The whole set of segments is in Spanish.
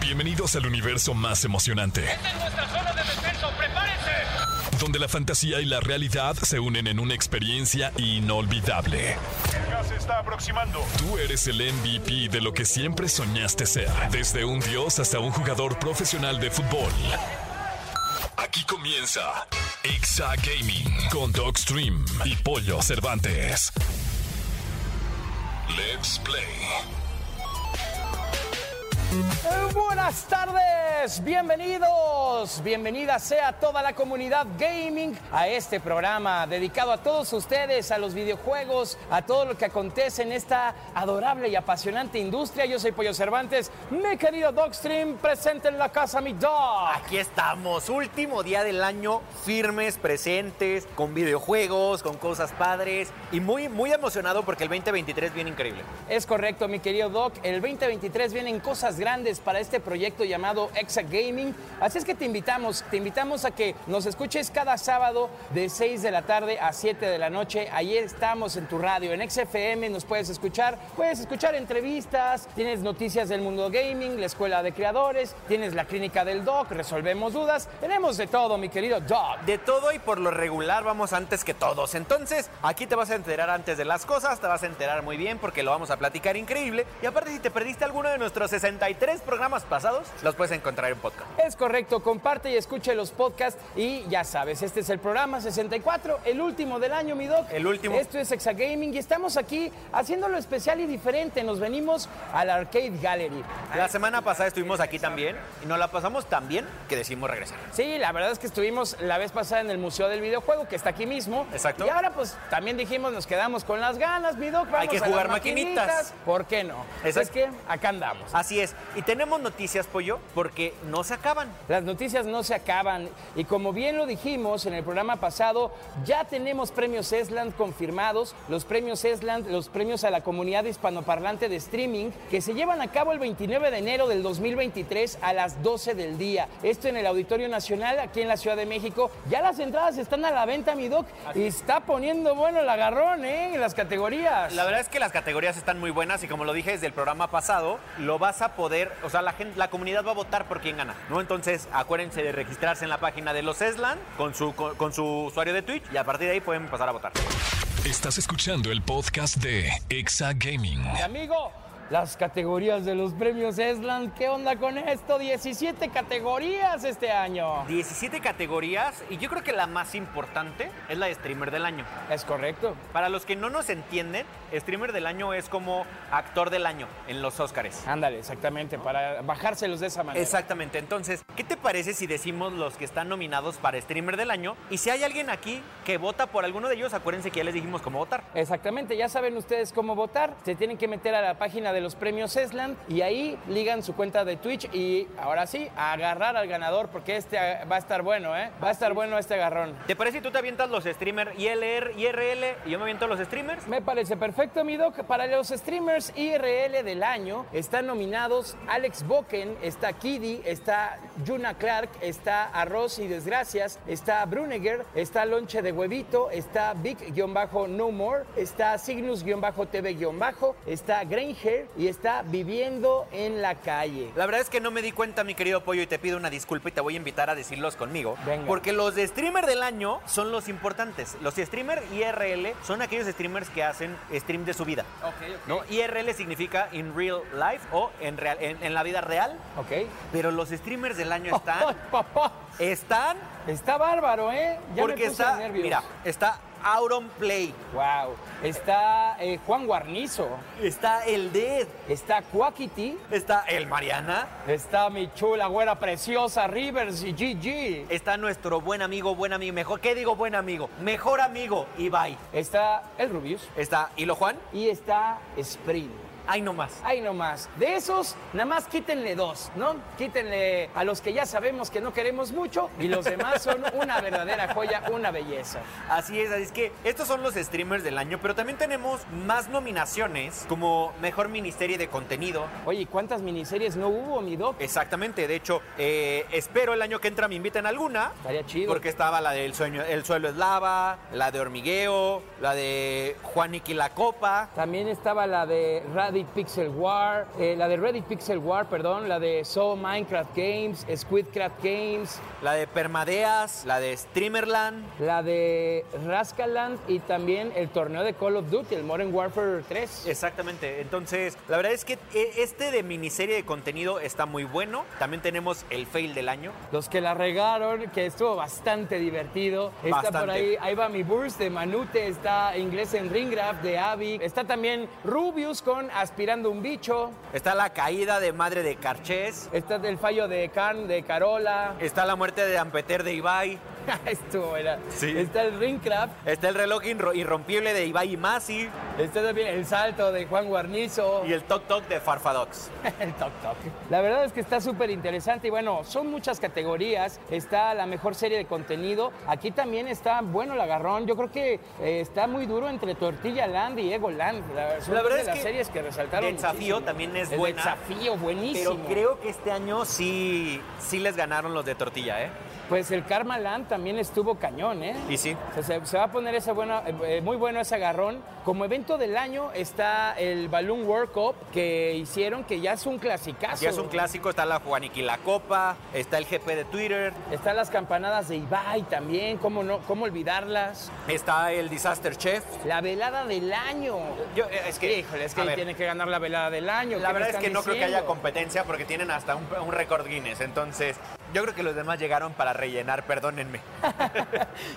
Bienvenidos al universo más emocionante. Esta es nuestra zona de descenso, prepárense. Donde la fantasía y la realidad se unen en una experiencia inolvidable. El gas se está aproximando. Tú eres el MVP de lo que siempre soñaste ser. Desde un dios hasta un jugador profesional de fútbol. Aquí comienza Exa Gaming con Dogstream y Pollo Cervantes. Let's play. Eh, buenas tardes, bienvenidos, bienvenida sea toda la comunidad gaming a este programa dedicado a todos ustedes, a los videojuegos, a todo lo que acontece en esta adorable y apasionante industria. Yo soy Pollo Cervantes, mi querido Dogstream, presente en la casa mi dog. Aquí estamos, último día del año, firmes, presentes, con videojuegos, con cosas padres y muy, muy emocionado porque el 2023 viene increíble. Es correcto, mi querido Doc, el 2023 vienen cosas grandes para este proyecto llamado Exa Gaming. Así es que te invitamos, te invitamos a que nos escuches cada sábado de 6 de la tarde a 7 de la noche. Ahí estamos en tu radio, en XFM nos puedes escuchar, puedes escuchar entrevistas, tienes noticias del mundo gaming, la escuela de creadores, tienes la clínica del doc, resolvemos dudas, tenemos de todo, mi querido doc. De todo y por lo regular vamos antes que todos. Entonces, aquí te vas a enterar antes de las cosas, te vas a enterar muy bien porque lo vamos a platicar increíble. Y aparte, si te perdiste alguno de nuestros 60 tres programas pasados los puedes encontrar en podcast. Es correcto, comparte y escuche los podcasts y ya sabes, este es el programa 64, el último del año, mi doc. El último. Esto es Exagaming y estamos aquí haciéndolo especial y diferente. Nos venimos al Arcade Gallery. La semana pasada estuvimos aquí también y nos la pasamos tan bien que decidimos regresar. Sí, la verdad es que estuvimos la vez pasada en el Museo del Videojuego, que está aquí mismo. Exacto. Y ahora pues también dijimos, nos quedamos con las ganas, mi doc. Vamos Hay que a jugar las maquinitas. maquinitas. ¿Por qué no? Exacto. Es que acá andamos. Así es. Y tenemos noticias, Pollo, porque no se acaban. Las noticias no se acaban y como bien lo dijimos en el programa pasado, ya tenemos premios Esland confirmados, los premios Esland, los premios a la comunidad hispanoparlante de streaming que se llevan a cabo el 29 de enero del 2023 a las 12 del día. Esto en el Auditorio Nacional aquí en la Ciudad de México. Ya las entradas están a la venta, mi doc, y está poniendo bueno el agarrón ¿eh? en las categorías. La verdad es que las categorías están muy buenas y como lo dije desde el programa pasado, lo vas a poder, o sea, la gente, la comunidad va a votar por quién gana, ¿no? Entonces, acuérdense de registrarse en la página de los Eslan con su, con, con su usuario de Twitch y a partir de ahí pueden pasar a votar. Estás escuchando el podcast de Exa Gaming. Mi amigo, las categorías de los premios Esland, ¿qué onda con esto? 17 categorías este año. 17 categorías y yo creo que la más importante es la de streamer del año. Es correcto. Para los que no nos entienden, streamer del año es como actor del año en los Óscares. Ándale, exactamente, para bajárselos de esa manera. Exactamente. Entonces, ¿qué te parece si decimos los que están nominados para streamer del año? Y si hay alguien aquí que vota por alguno de ellos, acuérdense que ya les dijimos cómo votar. Exactamente, ya saben ustedes cómo votar. Se tienen que meter a la página de los premios Esland y ahí ligan su cuenta de Twitch y ahora sí, a agarrar al ganador porque este ah, va a estar bueno, ¿eh? Va a estar bueno este agarrón. ¿Te parece si tú te avientas los streamers ILR, IRL y yo me aviento los streamers? Me parece perfecto, mi doc. Para los streamers IRL del año están nominados Alex Boken, está Kiddy, está Yuna Clark, está Arroz y Desgracias, está Brunegger, está Lonche de Huevito, está Big-No More, está Signus-TV- está Granger y está Viviendo en la Calle. La verdad es que no me di cuenta, mi querido Pollo, y te pido una disculpa y te voy a invitar a decirlos conmigo. Venga. Porque los de streamer del año son los importantes. Los streamer IRL son aquellos streamers que hacen stream de su vida. ¿no? IRL significa in real life o en, real- en- en la vida real. Ok. Pero los streamers del año están. Ay, papá! están. Está bárbaro, ¿eh? Ya me porque puse está. de nervios. Mira, está Auron Play. Wow. Está eh, Juan Guarnizo, Está el Dead. está Quackity. Está el Mariana. Está mi chula, güera preciosa, Rivers y GG. Está nuestro buen amigo, buen amigo. Mejor, ¿qué digo buen amigo? Mejor amigo, Ibai. Está el Rubius Está Hilo Juan. y está Sprint. Ay, no más. Ahí nomás. De esos, nada más quítenle dos, ¿no? Quítenle a los que ya sabemos que no queremos mucho y los demás son una verdadera joya, una belleza. Así es, así es que estos son los streamers del año, pero también tenemos más nominaciones como mejor miniserie de contenido. Oye, ¿y ¿cuántas miniseries no hubo, mi doc? Exactamente, de hecho, eh, espero el año que entra me inviten a alguna. Estaría chido. Porque estaba la del sueño, El suelo es lava, la de hormigueo, la de Juaniki la copa. También estaba la de Ra- Reddit Pixel War, eh, la de Reddit Pixel War, perdón, la de So Minecraft Games, Squidcraft Games, la de Permadeas, la de Streamerland, la de Raskaland y también el torneo de Call of Duty, el Modern Warfare 3. Exactamente. Entonces, la verdad es que este de miniserie de contenido está muy bueno. También tenemos el fail del año. Los que la regaron, que estuvo bastante divertido. Bastante. Está por ahí, ahí va mi burst de Manute, está Inglés en Ringgraph de Abby, está también Rubius con Aspirando un bicho. Está la caída de Madre de Carchés. Está el fallo de Khan de Carola. Está la muerte de Ampeter de Ibai. Estuvo era. Sí. Está el Ringcraft. Está el reloj irrompible de Ibai y Masi. Está también el salto de Juan Guarnizo. Y el toc toc de Farfadox. el toc toc. La verdad es que está súper interesante y bueno, son muchas categorías. Está la mejor serie de contenido. Aquí también está bueno el agarrón. Yo creo que eh, está muy duro entre Tortilla Land y Ego Land. La, la verdad es las que series que resaltaron. El desafío muchísimo. también es bueno. El desafío buenísimo. Pero creo que este año sí, sí les ganaron los de Tortilla, ¿eh? Pues el Karma Land también estuvo cañón, ¿eh? Y sí. O sea, se, se, va a poner ese bueno, eh, muy bueno ese agarrón. Como evento del año está el Balloon World Cup que hicieron, que ya es un clasicazo. Ya es un clásico, está la Juaniqui la Copa, está el GP de Twitter. Están las campanadas de Ibai también, ¿cómo, no, cómo olvidarlas? Está el Disaster Chef. La velada del año. Yo, eh, es que, Híjole, es que ver, tienen que ganar la velada del año. La verdad es que no diciendo? creo que haya competencia porque tienen hasta un, un récord Guinness, entonces... Yo creo que los demás llegaron para rellenar, perdónenme.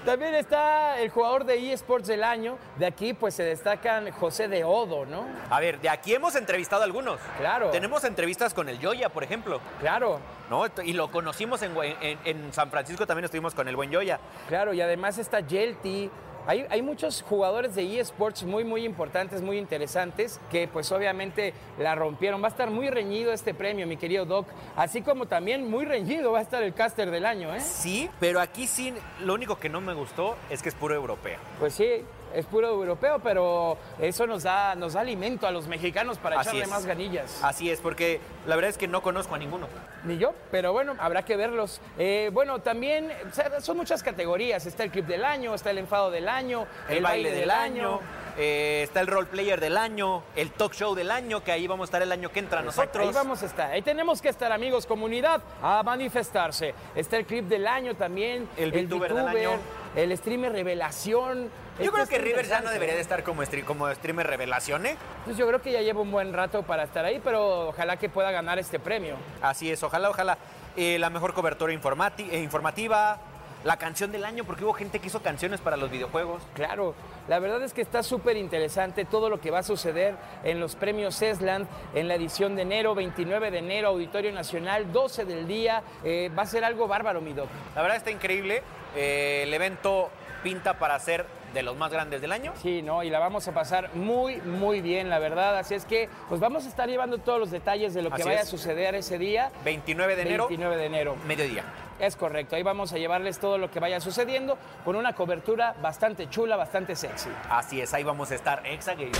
También está el jugador de eSports del año. De aquí, pues se destacan José de Odo, ¿no? A ver, de aquí hemos entrevistado a algunos. Claro. Tenemos entrevistas con el Yoya, por ejemplo. Claro. ¿no? Y lo conocimos en, en, en San Francisco, también estuvimos con el buen Yoya. Claro, y además está Yelty, hay, hay, muchos jugadores de eSports muy, muy importantes, muy interesantes, que pues obviamente la rompieron. Va a estar muy reñido este premio, mi querido Doc. Así como también muy reñido va a estar el caster del año, ¿eh? Sí, pero aquí sí, lo único que no me gustó es que es puro europeo. Pues sí, es puro europeo, pero eso nos da, nos da alimento a los mexicanos para Así echarle es. más ganillas. Así es, porque la verdad es que no conozco a ninguno. Ni yo, pero bueno, habrá que verlos. Eh, bueno, también o sea, son muchas categorías. Está el clip del año, está el enfado del año, el, el baile, del, del año. año. Eh, está el role player del año, el talk show del año, que ahí vamos a estar el año que entra Exacto, nosotros. Ahí vamos a estar, ahí tenemos que estar, amigos, comunidad, a manifestarse. Está el clip del año también, el, el VTuber, VTuber del año. el streamer revelación. Yo este creo que River ya no debería de estar como, stream, como streamer revelación, ¿eh? Pues yo creo que ya lleva un buen rato para estar ahí, pero ojalá que pueda ganar este premio. Así es, ojalá, ojalá. Eh, la mejor cobertura informati eh, informativa, la canción del año, porque hubo gente que hizo canciones para los videojuegos. Claro, la verdad es que está súper interesante todo lo que va a suceder en los premios Esland en la edición de enero, 29 de enero, Auditorio Nacional, 12 del día. Eh, va a ser algo bárbaro, mi doc. La verdad está increíble. Eh, el evento pinta para ser de los más grandes del año. Sí, no, y la vamos a pasar muy, muy bien, la verdad. Así es que, pues vamos a estar llevando todos los detalles de lo que Así vaya es. a suceder ese día. 29 de enero. 29 de enero. Mediodía. Es correcto, ahí vamos a llevarles todo lo que vaya sucediendo con una cobertura bastante chula, bastante sexy. Así es, ahí vamos a estar, Exa Gaming.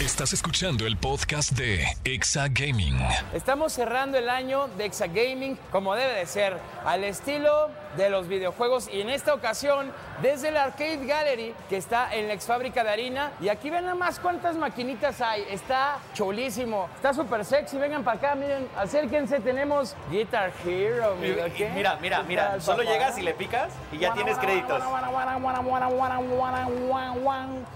Estás escuchando el podcast de Exa Gaming. Estamos cerrando el año de Exa Gaming como debe de ser, al estilo de los videojuegos y en esta ocasión desde el Arcade Gallery que está en la exfábrica de harina. Y aquí ven nada más cuántas maquinitas hay, está chulísimo, está súper sexy, vengan para acá, miren, acérquense, tenemos Guitar Hero. Mira, ¿qué? mira, mira mira, mira, solo llegas y le picas y ya tienes créditos.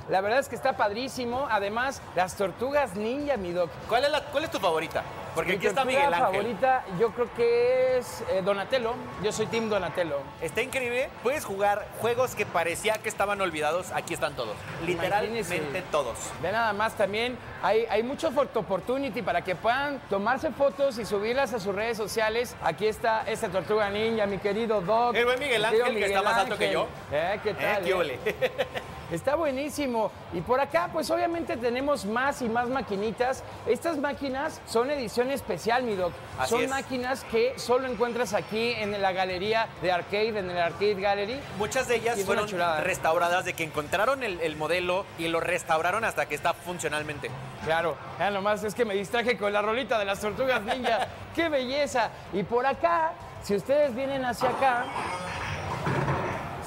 La verdad es que está padrísimo. Además, las tortugas ninja, mi doc. ¿Cuál es, la, cuál es tu favorita? Porque mi aquí está Miguel Ángel. favorita yo creo que es eh, Donatello. Yo soy Team Donatello. Está increíble. Puedes jugar juegos que parecía que estaban olvidados. Aquí están todos. Literalmente Imagínese. todos. Ve nada más también. Hay, hay mucho photo opportunity para que puedan tomarse fotos y subirlas a sus redes sociales. Aquí está esta tortuga ninja, mi querido Doc. El buen Miguel Ángel, Miguel que está más alto Ángel. que yo. ¿Eh? ¿Qué tal? ¿Eh? ¿Qué Está buenísimo. Y por acá, pues obviamente tenemos más y más maquinitas. Estas máquinas son edición especial, mi doc. Así son es. máquinas que solo encuentras aquí en la galería de arcade, en el Arcade Gallery. Muchas de ellas Y es una fueron chulada. restauradas de que encontraron el, el modelo y lo restauraron hasta que está funcionalmente. Claro, ya nomás es que me distraje con la rolita de las tortugas ninja. ¡Qué belleza! Y por acá, si ustedes vienen hacia acá,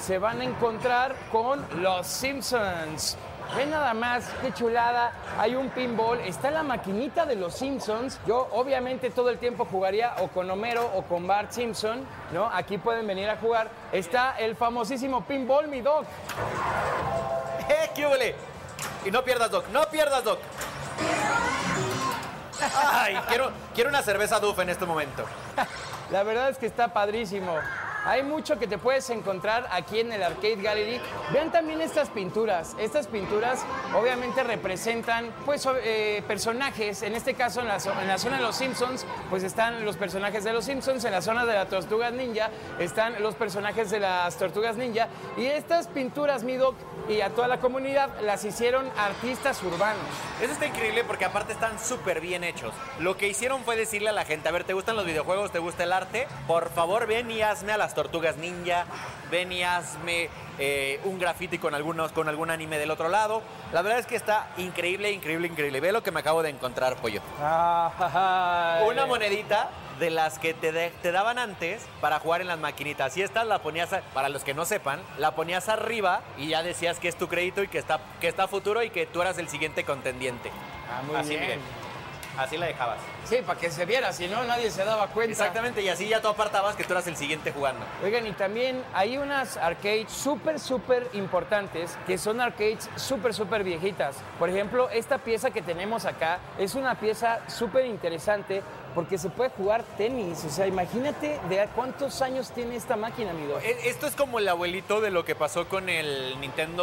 se van a encontrar con Los Simpsons. Ve nada más, qué chulada. Hay un pinball, está la maquinita de los Simpsons. Yo obviamente todo el tiempo jugaría o con Homero o con Bart Simpson, ¿no? Aquí pueden venir a jugar. Está el famosísimo pinball, mi dog. ¡Eh, qué huele! Y no pierdas, Doc, no pierdas, Doc. Ay, quiero, quiero una cerveza Duff en este momento. La verdad es que está padrísimo. Hay mucho que te puedes encontrar aquí en el Arcade Gallery. Vean también estas pinturas. Estas pinturas obviamente representan pues, eh, personajes. En este caso, en la, en la, zona de los Simpsons, pues están los personajes de los Simpsons. En la zona de las Tortugas Ninja están los personajes de las Tortugas Ninja. Y estas pinturas, Midoc y a toda la comunidad, las hicieron artistas urbanos. Eso está increíble porque aparte están súper bien hechos. Lo que hicieron fue decirle a la gente, a ver, ¿te gustan los videojuegos? ¿Te gusta el arte? Por favor, ven y hazme a las tortugas ninja, ven y hazme eh, un graffiti con, algunos, con algún anime del otro lado. La verdad es que está increíble, increíble, increíble. Ve lo que me acabo de encontrar, pollo. Ah, Ay. Una monedita de las que te, de, te daban antes para jugar en las maquinitas. Y esta la ponías, a, para los que no sepan, la ponías arriba y ya decías que es tu crédito y que está, que está futuro y que tú eras el siguiente contendiente. Ah, muy Así, bien. Miguel, así la dejabas. Sí, para que se viera, si no nadie se daba cuenta. Exactamente, y así ya tú apartabas que tú eras el siguiente jugando. Oigan, y también hay unas arcades súper, súper importantes, que son arcades súper, súper viejitas. Por ejemplo, esta pieza que tenemos acá es una pieza súper interesante porque se puede jugar tenis. O sea, imagínate de cuántos años tiene esta máquina, amigo. E, Esto es como el abuelito de lo que pasó con el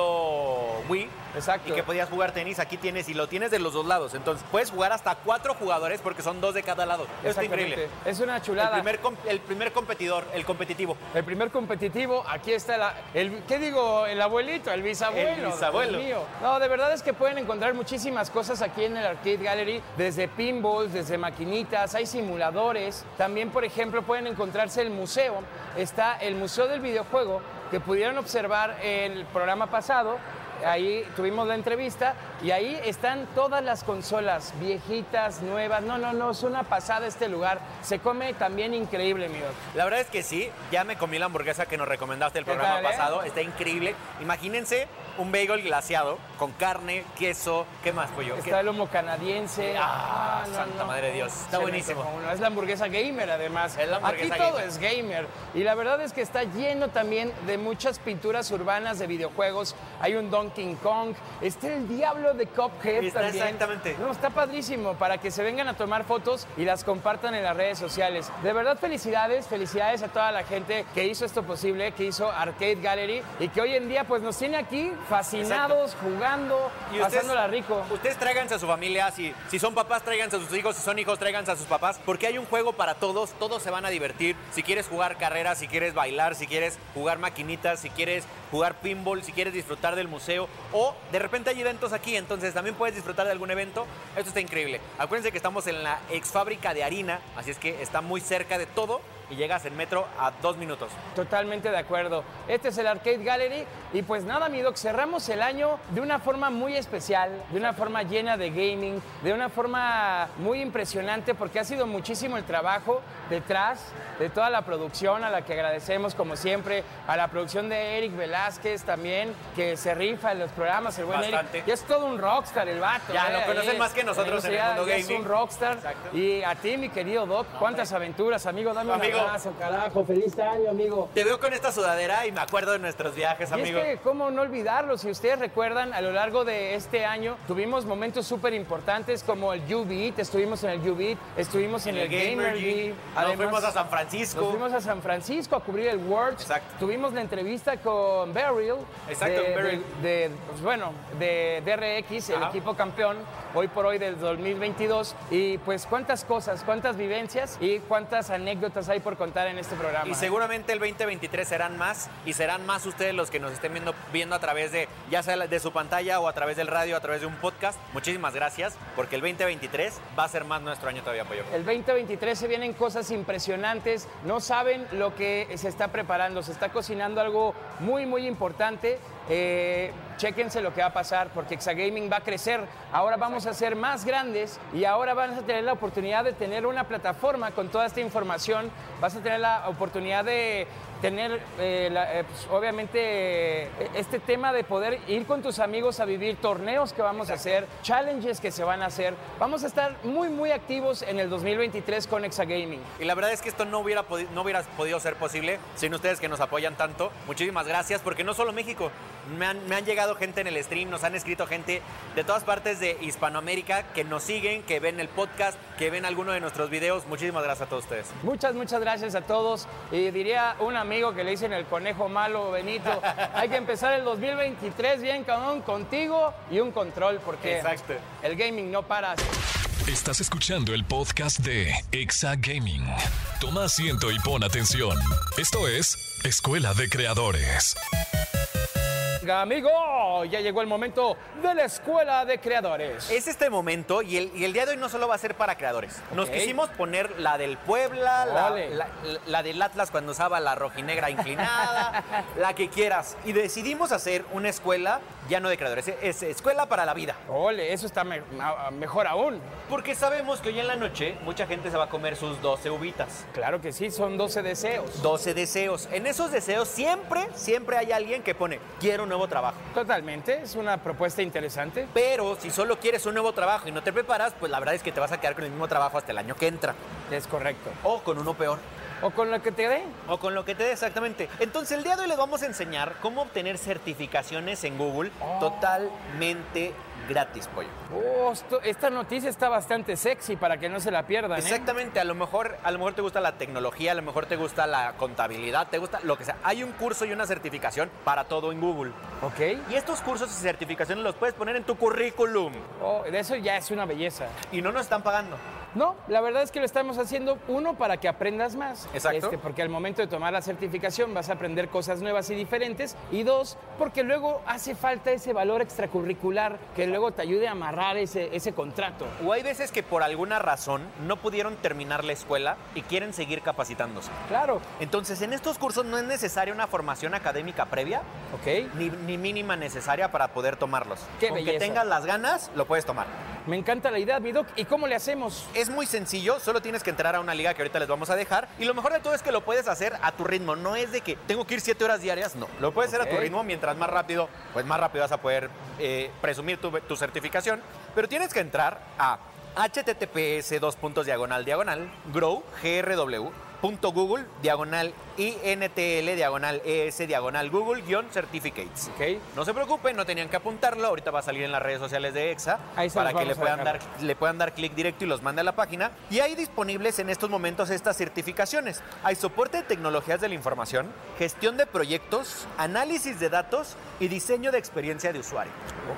Nintendo Wii. Exacto. Y que podías jugar tenis. Aquí tienes, y lo tienes de los dos lados. Entonces, puedes jugar hasta cuatro jugadores porque son son dos de cada lado. Eso increíble. Es una chulada. El primer, el primer, competidor, el competitivo. El primer competitivo, aquí está la, el, ¿qué digo? El abuelito, el bisabuelo. El bisabuelo. Mío. No, de verdad es que pueden encontrar muchísimas cosas aquí en el Arcade Gallery, desde pinballs, desde maquinitas, hay simuladores. También, por ejemplo, pueden encontrarse el museo. Está el Museo del Videojuego, que pudieron observar el programa pasado ahí tuvimos la entrevista y ahí están todas las consolas, viejitas, nuevas. No, no, no, es una pasada este lugar. Se come también increíble, amigo. La verdad es que sí, ya me comí la hamburguesa que nos recomendaste el programa tal, pasado, eh? está increíble. Imagínense un bagel glaseado con carne, queso, ¿qué más, pollo? Está el lomo canadiense. Ah, ah no, santa no, madre de Dios, está buenísimo. Es la hamburguesa gamer, además. Es la hamburguesa Aquí todo gamer. es gamer. Y la verdad es que está lleno también de muchas pinturas urbanas de videojuegos. Hay un don King Kong, está el diablo de Cuphead está también. Exactamente. No, está padrísimo para que se vengan a tomar fotos y las compartan en las redes sociales. De verdad, felicidades, felicidades a toda la gente que hizo esto posible, que hizo Arcade Gallery y que hoy en día pues nos tiene aquí fascinados, Exacto. jugando, y pasándola ustedes, rico. Ustedes tráiganse a su familia, si, si son papás, tráiganse a sus hijos, si son hijos, tráiganse a sus papás, porque hay un juego para todos, todos se van a divertir. Si quieres jugar carreras, si quieres bailar, si quieres jugar maquinitas, si quieres jugar pinball, si quieres disfrutar del museo, o de repente hay eventos aquí, entonces también puedes disfrutar de algún evento. Esto está increíble. Acuérdense que estamos en la ex fábrica de harina, así es que está muy cerca de todo y llegas en metro a dos minutos. Totalmente de acuerdo. Este es el Arcade Gallery y pues nada, mi doc, cerramos el año de una forma muy especial, de una forma llena de gaming, de una forma muy impresionante porque ha sido muchísimo el trabajo detrás de toda la producción a la que agradecemos como siempre, a la producción de Eric Velázquez también, que se rifa en los programas, el buen Bastante. Eric. Ya es todo un rockstar el vato. Ya eh, lo conocen eh, más que nosotros en el mundo ya gaming. Es un rockstar. Exacto. Y a ti, mi querido Doc, no, cuántas hombre. aventuras, amigo, dame amigo. una Abrazo, carajo. Feliz año, amigo. Te veo con esta sudadera y me acuerdo de nuestros viajes, amigo. Y es que, ¿cómo no olvidarlo? Si ustedes recuerdan, a lo largo de este año tuvimos momentos súper importantes como el U-Beat, estuvimos en el U-Beat, estuvimos en, en el, el, Gamer Beat. Nos fuimos a San Francisco. Nos fuimos a San Francisco a cubrir el World. Exacto. Tuvimos la entrevista con Beryl. Exacto, de, Beryl. De, de pues, bueno, de DRX, el Ajá. equipo campeón, hoy por hoy del 2022. Y pues, cuántas cosas, cuántas vivencias y cuántas anécdotas hay por contar en este programa. Y seguramente el 2023 serán más y serán más ustedes los que nos estén viendo, viendo a través de, ya sea de su pantalla o a través del radio, a través de un podcast. Muchísimas gracias, porque el 2023 va a ser más nuestro año todavía, Pollo. El 2023 se vienen cosas impresionantes. No saben lo que se está preparando. Se está cocinando algo muy, muy importante eh, chéquense lo que va a pasar porque Exagaming va a crecer. Ahora vamos a ser más grandes y ahora vas a tener la oportunidad de tener una plataforma con toda esta información. Vas a tener la oportunidad de tener, eh, la, eh, pues, obviamente, eh, este tema de poder ir con tus amigos a vivir torneos que vamos a hacer, challenges que se van a hacer. Vamos a estar muy, muy activos en el 2023 con Exagaming. Y la verdad es que esto no hubiera, podi- no hubiera podido ser posible sin ustedes que nos apoyan tanto. Muchísimas gracias, porque no solo México, me han, me han llegado gente en el stream, nos han escrito gente de todas partes de Hispanoamérica que nos siguen, que ven el podcast, que ven alguno de nuestros videos. Muchísimas gracias a todos ustedes. Muchas, muchas gracias a todos. Y diría un amigo que le dicen el conejo malo, Benito, hay que empezar el 2023 bien, cabrón, contigo y un control, porque Exacto. el gaming no para. Estás escuchando el podcast de Exa Gaming. Toma asiento y pon atención. Esto es Escuela de Creadores. Amigo, ya llegó el momento de la escuela de creadores. Es este momento y el, y el día de hoy no solo va a ser para creadores. Nos Ok. quisimos poner la del Puebla, la, Ole. la- la del Atlas cuando usaba la rojinegra inclinada, la que quieras. Y decidimos hacer una escuela ya no de creadores, es escuela para la vida. Ole, eso está me- ma- mejor aún. Porque sabemos que hoy en la noche mucha gente se va a comer sus 12 uvitas. Claro que sí, son 12 deseos. 12 deseos. En esos deseos siempre, siempre hay alguien que pone, quiero un nuevo trabajo. Totalmente, es una propuesta interesante. Pero si solo quieres un nuevo trabajo y no te preparas, pues la verdad es que te vas a quedar con el mismo trabajo hasta el año que entra. Es correcto. O con uno peor. O con lo que te dé. O con lo que te dé exactamente. Entonces el día de hoy les vamos a enseñar cómo obtener certificaciones en Google totalmente gratis, pollo. Oh, esto- esta noticia está bastante sexy para que no se la pierdan. ¿eh? Exactamente, a lo mejor, a lo mejor te gusta la tecnología, a lo mejor te gusta la contabilidad, te gusta lo que sea. Hay un curso y una certificación para todo en Google. Ok. Y estos cursos y certificaciones los puedes poner en tu currículum. Oh, de eso ya es una belleza. Y no nos están pagando. No, la verdad es que lo estamos haciendo, uno, para que aprendas más. Este, Exacto. porque al momento de tomar la certificación vas a aprender cosas nuevas y diferentes. Y dos, porque luego hace falta ese valor extracurricular que luego te ayude a amarrar ese, ese contrato. O hay veces que por alguna razón no pudieron terminar la escuela y quieren seguir capacitándose. Claro, Entonces, en estos cursos no es necesaria una formación académica previa, ok. ni, ni mínima necesaria para poder tomarlos. ¡Qué Con que belleza! tengas las ganas, lo puedes tomar. Me encanta la idea, mi doc. ¿Y cómo le hacemos? Es muy sencillo, solo tienes que entrar a una liga que ahorita les vamos a dejar. Y lo mejor de todo es que lo puedes hacer a tu ritmo. No es de que tengo que ir siete horas diarias, no. Lo puedes hacer a Ok. tu ritmo, mientras más rápido, pues más rápido vas a poder eh, presumir tu, tu certificación. Pero tienes que entrar a https dos puntos diagonal diagonal grow grw punto google diagonal intl diagonal es diagonal google guión certificates Ok. no se preocupen, no tenían que apuntarlo. Ahorita va a salir en las redes sociales de EXA Ahí se para los que le vamos a puedan, dar, dejar. le puedan dar clic directo y los mande a la página. Y hay disponibles en estos momentos estas certificaciones. Hay soporte de tecnologías de la información, gestión de proyectos, análisis de datos y diseño de experiencia de usuario.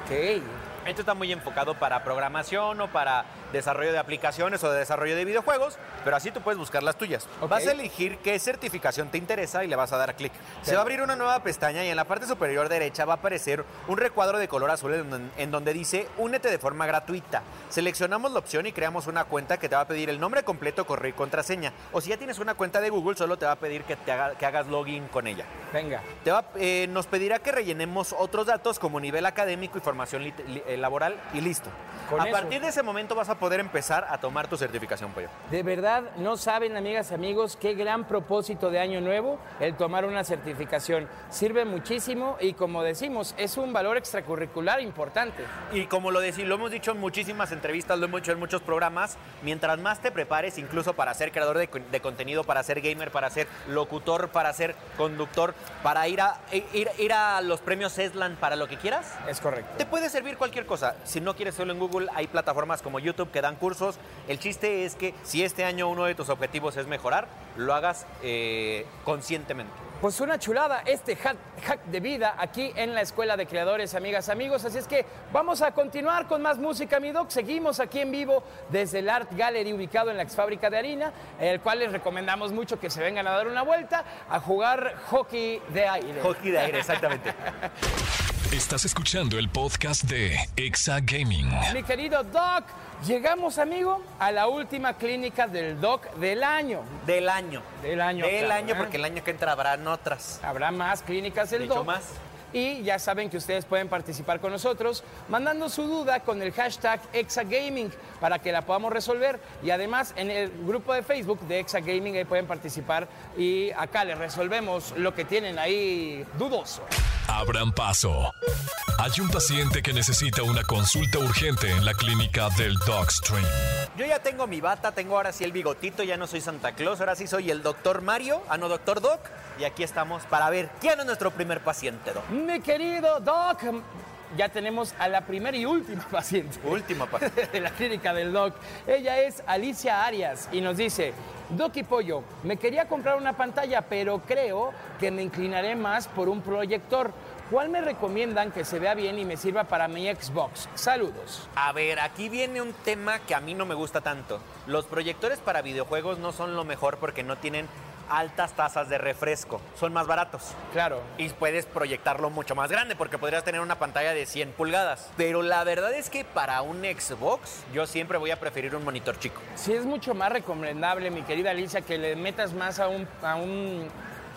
Ok. Esto está muy enfocado para programación o para desarrollo de aplicaciones o de desarrollo de videojuegos, pero así tú puedes buscar las tuyas. Ok. Vas a elegir qué certificación te interesa y le vas a dar clic. Se Ok. va a abrir una nueva pestaña y en la parte superior derecha va a aparecer un recuadro de color azul en, don- en donde dice únete de forma gratuita. Seleccionamos la opción y creamos una cuenta que te va a pedir el nombre completo, correo y contraseña. O si ya tienes una cuenta de Google, solo te va a pedir que, te haga- que hagas login con ella. Venga. Te va- eh, nos pedirá que rellenemos otros datos como nivel académico y formación lit- li- eh, laboral y listo. Con a eso. partir de ese momento vas a poder empezar a tomar tu certificación, Pollo. De verdad, no saben, amigas, amigos, qué gran propósito de año nuevo el tomar una certificación. Sirve muchísimo y como decimos, es un valor extracurricular importante. Y como lo, decí, lo hemos dicho en muchísimas entrevistas, lo hemos hecho en muchos programas, mientras más te prepares, incluso para ser creador de, con- de contenido, para ser gamer, para ser locutor, para ser conductor, para ir a, ir, ir a los premios Eslan, para lo que quieras, Es correcto. Te puede servir cualquier cosa. Si no quieres solo en Google, hay plataformas como YouTube que dan cursos. El chiste es que si este año uno de tus objetivos es mejorar, lo hagas eh, conscientemente. Pues una chulada este hack, hack de vida aquí en la Escuela de Creadores, amigas, amigos. Así es que vamos a continuar con más música, mi doc. Seguimos aquí en vivo desde el Art Gallery ubicado en la exfábrica de harina, el cual les recomendamos mucho que se vengan a dar una vuelta a jugar hockey de aire. Hockey de aire, exactamente. Estás escuchando el podcast de Exa Gaming. Mi querido Doc, llegamos, amigo, a la última clínica del Doc del año. Del año. Del año, Del claro, año, ¿eh? porque el año que entra habrán otras. Habrá más clínicas del Mucho Doc. más. Y ya saben que ustedes pueden participar con nosotros mandando su duda con el hashtag Exagaming para que la podamos resolver. Y además en el grupo de Facebook de Exagaming ahí pueden participar y acá les resolvemos lo que tienen ahí dudoso. Abran paso. Hay un paciente que necesita una consulta urgente en la clínica del Dogstream. Yo ya tengo mi bata, tengo ahora sí el bigotito, ya no soy Santa Claus, ahora sí soy el doctor Mario, ah no, doctor Doc, y aquí estamos para ver quién es nuestro primer paciente, Doc. Mi querido Doc, ya tenemos a la primera y última paciente. Última paciente. De la clínica del Doc. Ella es Alicia Arias y nos dice, Doc y Pollo, me quería comprar una pantalla, pero creo que me inclinaré más por un proyector. ¿Cuál me recomiendan que se vea bien y me sirva para mi Xbox? Saludos. A ver, aquí viene un tema que a mí no me gusta tanto. Los proyectores para videojuegos no son lo mejor porque no tienen altas tasas de refresco. Son más baratos. Claro. Y puedes proyectarlo mucho más grande porque podrías tener una pantalla de 100 pulgadas. Pero la verdad es que para un Xbox yo siempre voy a preferir un monitor chico. Sí, es mucho más recomendable, mi querida Alicia, que le metas más a un, a un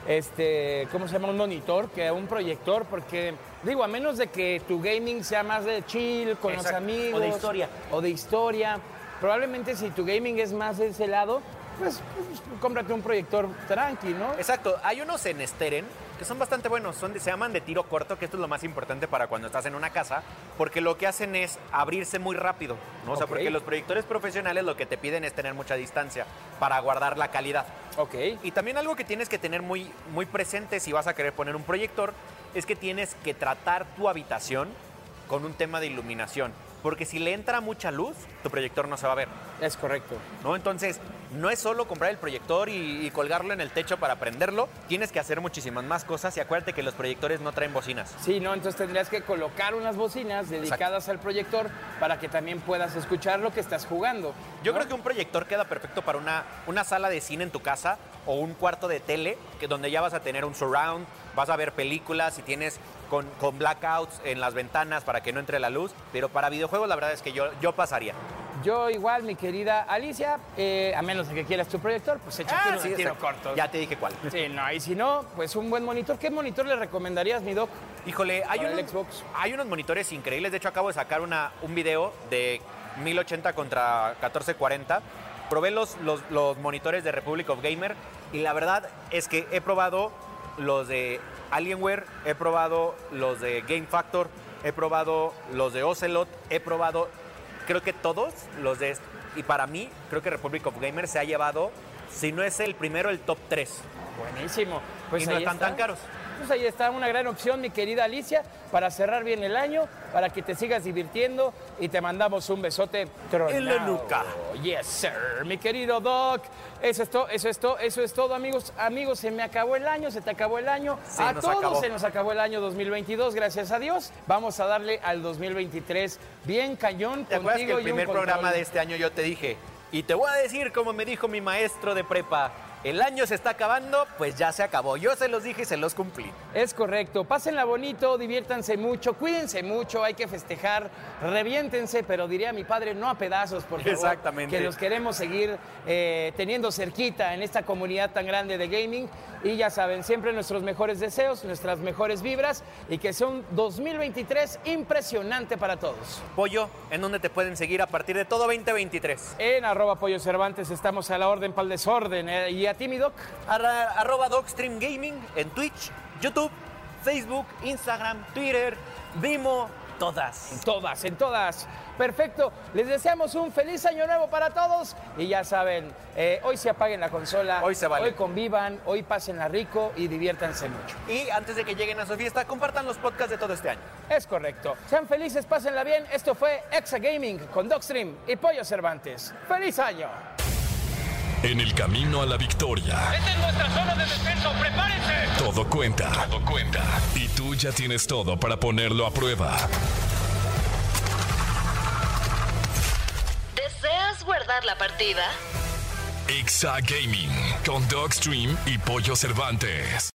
este, ¿cómo se llama? Un monitor que un proyector, porque digo, a menos de que tu gaming sea más de chill, con Exacto. los amigos. O de historia. O de historia. Probablemente si tu gaming es más de ese lado, pues, pues, cómprate un proyector tranqui, ¿no? Exacto, hay unos en Steren que son bastante buenos, son de- se llaman de tiro corto, que esto es lo más importante para cuando estás en una casa, porque lo que hacen es abrirse muy rápido, ¿no? O sea, Ok. porque los proyectores profesionales lo que te piden es tener mucha distancia para guardar la calidad. Ok. Y también algo que tienes que tener muy, muy presente si vas a querer poner un proyector es que tienes que tratar tu habitación con un tema de iluminación, porque si le entra mucha luz, tu proyector no se va a ver. Es correcto. ¿no? Entonces, no es solo comprar el proyector y, y colgarlo en el techo para prenderlo, tienes que hacer muchísimas más cosas y acuérdate que los proyectores no traen bocinas. Sí, ¿no? Entonces tendrías que colocar unas bocinas dedicadas al proyector para que también puedas escuchar lo que estás jugando. Yo ¿no? creo que un proyector queda perfecto para una, una sala de cine en tu casa o un cuarto de tele, que donde ya vas a tener un surround, vas a ver películas y tienes con, con blackouts en las ventanas para que no entre la luz, pero para videojuegos la verdad es que yo, yo pasaría. Yo igual, mi querida Alicia, eh, a menos de que quieras tu proyector, pues échate uno Ah, sí, de tiro exacto. corto. Ya te dije cuál. Sí, no, y si no, pues un buen monitor. ¿Qué monitor le recomendarías, mi doc? Híjole, hay Para el unos, Xbox. hay unos monitores increíbles. De hecho, acabo de sacar una, un video de 1080 contra 1440. Probé los, los, los monitores de Republic of Gamer y la verdad es que he probado los de Alienware, he probado los de Game Factor, he probado los de Ocelot, he probado creo que todos los de... est- Y para mí, creo que Republic of Gamer se ha llevado, si no es el primero, el top 3. Buenísimo. Pues Y no ahí están está. tan caros. Pues ahí está una gran opción, mi querida Alicia, para cerrar bien el año, para que te sigas divirtiendo y te mandamos un besote tronado. En la nuca. Yes, sir. Mi querido Doc, eso es todo, eso es todo, eso es todo, amigos. Amigos, se me acabó el año, se te acabó el año. Se a nos todos acabó. se nos acabó el año 2022, gracias a Dios. Vamos a darle al 2023 bien cañón ¿Te acuerdas que contigo el y un primer control. programa de este año yo te dije? Y te voy a decir, como me dijo mi maestro de prepa, el año se está acabando, pues ya se acabó. Yo se los dije y se los cumplí. Es correcto. Pásenla bonito, diviértanse mucho, cuídense mucho, hay que festejar, reviéntense, pero diría mi padre, no a pedazos, por favor. Exactamente. Que los queremos seguir eh, teniendo cerquita en esta comunidad tan grande de gaming. Y ya saben, siempre nuestros mejores deseos, nuestras mejores vibras y que sea un 2023 impresionante para todos. Pollo, ¿en dónde te pueden seguir a partir de todo 2023? En arroba Pollo Cervantes estamos a la orden para el desorden. eh, ¿Y a ti, mi doc? Arra- Arroba Dogstream Gaming en Twitch, YouTube, Facebook, Instagram, Twitter, Vimo, todas. todas, en todas. Perfecto. Les deseamos un feliz año nuevo para todos. Y ya saben, eh, hoy se apaguen la consola. Hoy se vale. Hoy convivan, hoy pásenla rico y diviértanse mucho. Y antes de que lleguen a su fiesta, compartan los podcasts de todo este año. Es correcto. Sean felices, pásenla bien. Esto fue Exa Gaming con Dogstream y Pollo Cervantes. ¡Feliz año! En el camino a la victoria, Esta es nuestra zona de descenso, prepárense. todo cuenta. Todo cuenta. Y tú ya tienes todo para ponerlo a prueba. ¿Deseas guardar la partida? Exa Gaming con Dogstream y Pollo Cervantes.